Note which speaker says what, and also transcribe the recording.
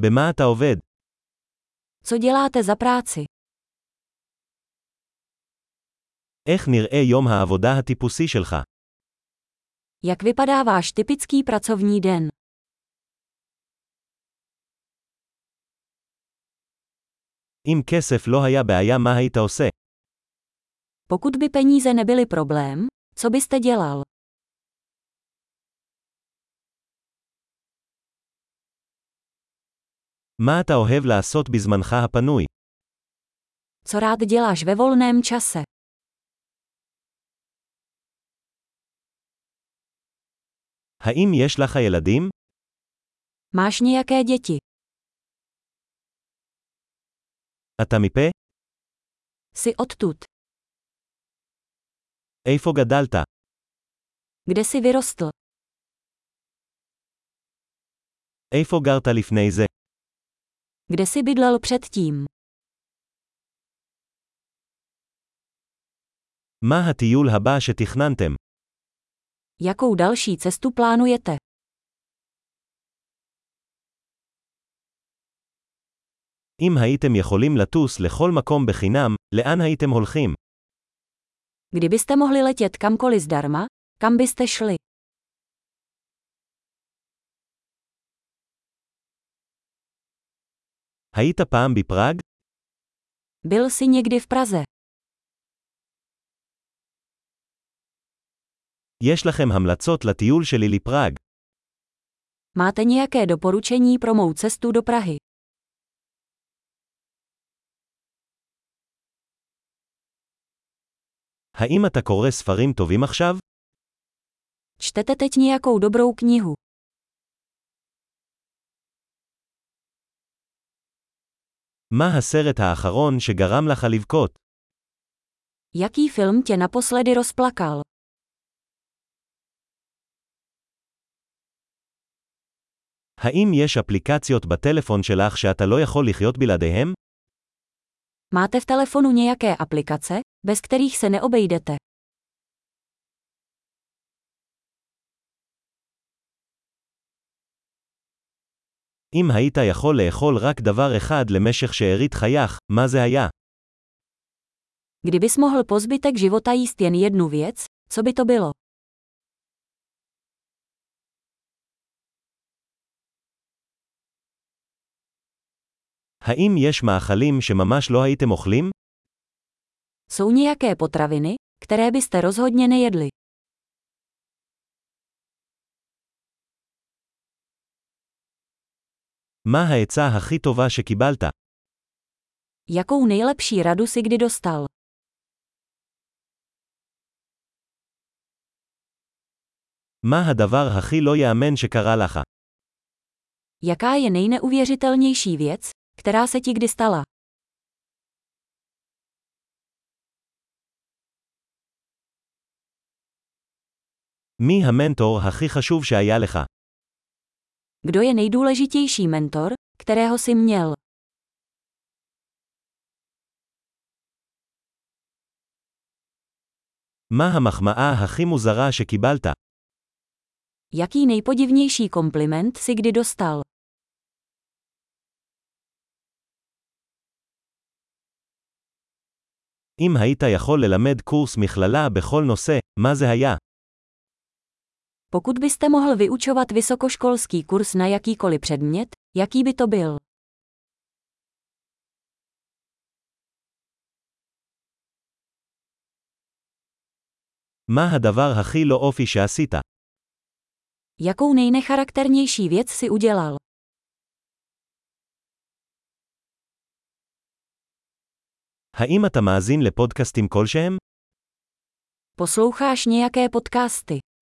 Speaker 1: במה אתה עובד?
Speaker 2: Co děláte za práci?
Speaker 1: איך נראה יום העבודה הטיפוסי שלך?
Speaker 2: Jak vypadá váš typický pracovní den?
Speaker 1: אם כסף לא היה בעיה מה היית עושה?
Speaker 2: Pokud by peníze nebyly problém, co byste dělal?
Speaker 1: מה אתה אוהב לעשות בזמנך הפנוי?
Speaker 2: Co rád děláš ve volném čase?
Speaker 1: האם יש לך ילדים?
Speaker 2: Máš nějaké děti?
Speaker 1: אתה מפה?
Speaker 2: Jsi odtud?
Speaker 1: איפה גדלת?
Speaker 2: Kde jsi vyrostl?
Speaker 1: איפה גרת לפני זה?
Speaker 2: Kde jsi bydlel předtím?
Speaker 1: מה הטיול הבא שתכננתם?
Speaker 2: Jakou další cestu plánujete?
Speaker 1: אם הייתם יכולים לטוס לכל מקום בחינם, לאן הייתם הולכים?
Speaker 2: Kdybyste mohli letět kamkoliv zdarma, kam byste šli?
Speaker 1: היית פעם בפראג?
Speaker 2: Byl jsi někdy v Praze?
Speaker 1: יש לכם המלצות לטיול שלי לפראג.
Speaker 2: Máte nějaké doporučení pro mou cestu do Prahy?
Speaker 1: האם אתה קורא ספרים טובים עכשיו?
Speaker 2: Čtete teď nějakou dobrou knihu?
Speaker 1: מה הסרט האחרון שגרם לך לבכות?
Speaker 2: Jaký film tě naposledy rozplakal?
Speaker 1: האם יש אפליקציות בטלפון שלך שאתה לא יכול לחיות בלעדיהם?
Speaker 2: Máte v telefonu nějaké aplikace, bez kterých se neobejdete?
Speaker 1: אם היית יכול לאכול רק דבר אחד למשך שארית חייך, מה זה היה?
Speaker 2: Kdybys mohl po zbytek života jíst jen jednu věc, co by to bylo?
Speaker 1: האם יש מאכלים שממש לא הייתם אוכלים?
Speaker 2: Jsou nějaké potraviny, které byste rozhodně nejedli?
Speaker 1: מה העצה הכי טובה שקיבלת?
Speaker 2: Jakou nejlepší radu si kdy dostal?
Speaker 1: מה הדבר הכי לא ייאמן שקרה לך?
Speaker 2: Jaká je nejneuvěřitelnější věc, která se ti kdy stala?
Speaker 1: מי המנטור הכי חשוב שהיה לך?
Speaker 2: Kdo je nejdůležitější mentor, kterého jsi měl?
Speaker 1: מה המחמאה הכי מוזרה שקיבלת?
Speaker 2: Jaký nejpodivnější kompliment si kdy dostal?
Speaker 1: אם היית יכול ללמד קורס מכללה בכל נושא, מה זה היה?
Speaker 2: Pokud byste mohl vyučovat vysokoškolský kurz na jakýkoliv předmět, jaký by to byl?
Speaker 1: מה הדבר הכי לא אופי שעשית?
Speaker 2: Jakou nejnecharakternější věc si udělal?
Speaker 1: האם אתה מאזין לפודקאסטים כלשהם?
Speaker 2: Posloucháš nějaké podcasty?